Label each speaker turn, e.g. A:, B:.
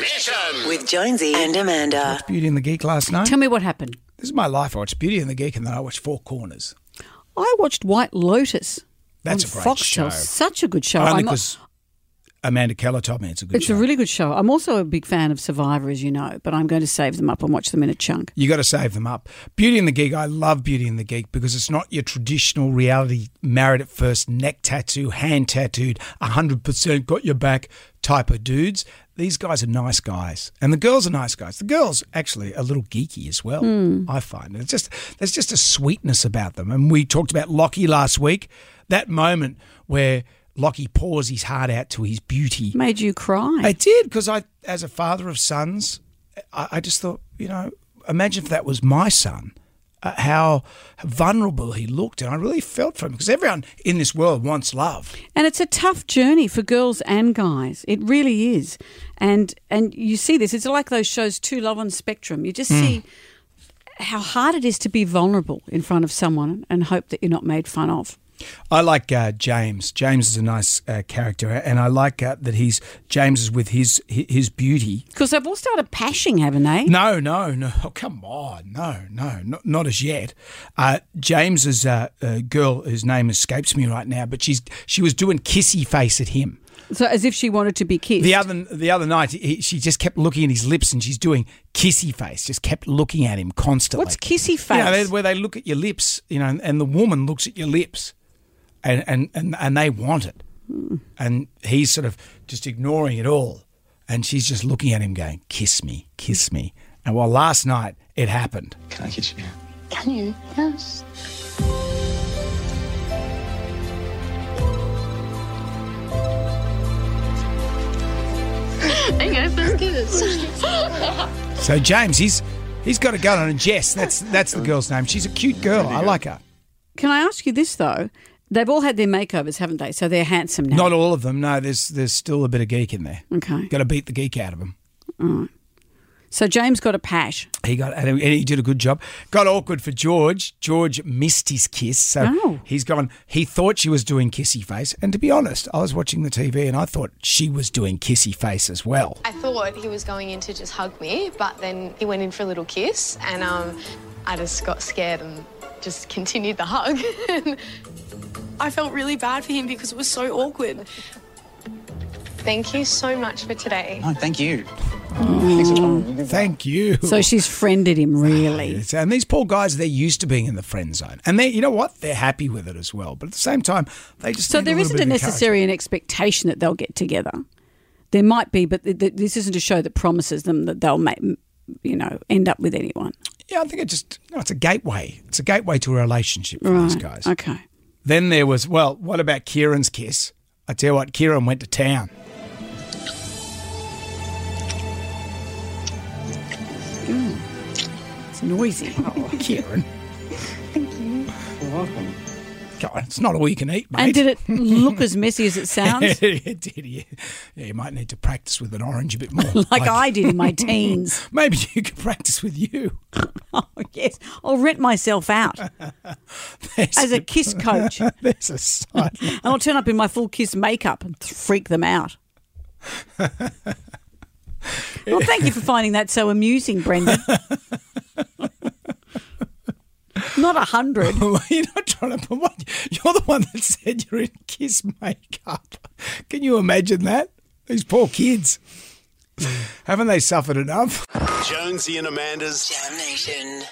A: Mission.
B: with Jonesy and Amanda.
C: watched Beauty and uh, the Geek last night.
D: Tell me what happened.
C: this is my life. I watched Beauty and the Geek, and then I watched Four Corners.
D: I watched White Lotus.
C: That's
D: on
C: a great
D: Foxtel.
C: show.
D: Such a good show.
C: Only
D: I'm-
C: because Amanda Keller told me it's a good
D: it's
C: show.
D: a really good show. I'm also a big fan of Survivor, as you know, but I'm going to save them up and watch them in a chunk.
C: you got to save them up. Beauty and the Geek. I love Beauty and the Geek because it's not your traditional reality married at first, neck tattoo, hand tattooed, hundred percent got your back type of dudes. These guys are nice guys, and the girls are nice guys. The girls actually a little geeky as well. I find it's just there's just a sweetness about them. And we talked about Lockie last week. That moment where Lockie pours his heart out to his beauty.
D: Made you cry.
C: I did because I, as a father of sons, I, I just thought, you know, imagine if that was my son, uh, how vulnerable he looked, and I really felt for him because everyone in this world wants love.
D: And it's a tough journey for girls and guys. It really is. And and you see this. It's like those shows too Love on Spectrum. You just
C: Hmm.
D: see how hard it is to be vulnerable in front of someone and hope that you're not made fun of.
C: I like uh, James. James is a nice uh, character, and I like uh, that he's James is with his his, his beauty.
D: Because they've all started pashing, haven't they?
C: No, no, no. Oh, come on. No, no, not, not as yet. Uh, James's uh, uh, girl, whose name escapes me right now, but she's she was doing kissy face at him.
D: So as if she wanted to be kissed.
C: The other the other night, he, she just kept looking at his lips, and she's doing kissy face. Just kept looking at him constantly.
D: What's kissy face?
C: You know, they- where they look at your lips, you know, and, and the woman looks at your lips, and and and, and they want it, and he's sort of just ignoring it all, and she's just looking at him, going, "Kiss me, kiss me." And well, last night it happened.
E: Can I get you?
F: Can you? Yes. Okay, first kiss.
C: So James, he's he's got a gun on, and Jess, that's that's the girl's name. She's a cute girl. I like her.
D: Can I ask you this though? They've all had their makeovers, haven't they? So they're handsome now.
C: Not all of them. No, there's there's still a bit of geek in there.
D: okay.
C: Got to beat the geek out of them.
D: So James got a pash.
C: He got and he he did a good job. Got awkward for George. George missed his kiss, so
D: Oh.
C: he's gone. He thought she was doing kissy face, and to be honest, I was watching the TV and I thought she was doing kissy face as well.
G: I thought he was going in to just hug me, but then he went in for a little kiss, and um, I just got scared and just continued the hug.
H: I felt really bad for him because it was so awkward.
G: Thank you so much for today.
E: No, thank you.
C: Thank you.
D: So she's friended him really.
C: It's- and these poor guys, they're used to being in the friend zone, and they, you know what, they're happy with it as well. But at the same time, they just
D: So
C: need a
D: there
C: little
D: isn't
C: bit
D: a
C: of encouragement.
D: necessary an expectation that they'll get together. There might be, but th- th- this isn't a show that promises them that they'll make, you know, end up with anyone.
C: Yeah, I think it just no, it's a gateway. It's a gateway to a relationship for these guys.
D: Okay.
C: Then there was well, what about Kieran's kiss? I tell you what, Kieran went to town.
D: It's noisy.
C: Kieran. Thank you. You're welcome. God, it's not all you can eat, mate.
D: and did it look as messy as it sounds?
C: it did. Yeah. yeah, you might need to practice with an orange a bit more.
D: Like I did in my teens.
C: Maybe you could practice with you.
D: Oh, yes. I'll rent myself out
C: There's,
D: as a kiss coach and
C: there's a side.
D: I'll turn up in my full kiss makeup and th- freak them out. Well, thank you for finding that so amusing, Brendan. Not a hundred.
C: you're not trying to. What? You're the one that said you're in kiss makeup. Can you imagine that? These poor kids. Haven't they suffered enough?
A: Jonesy and Amanda's
B: Damnation.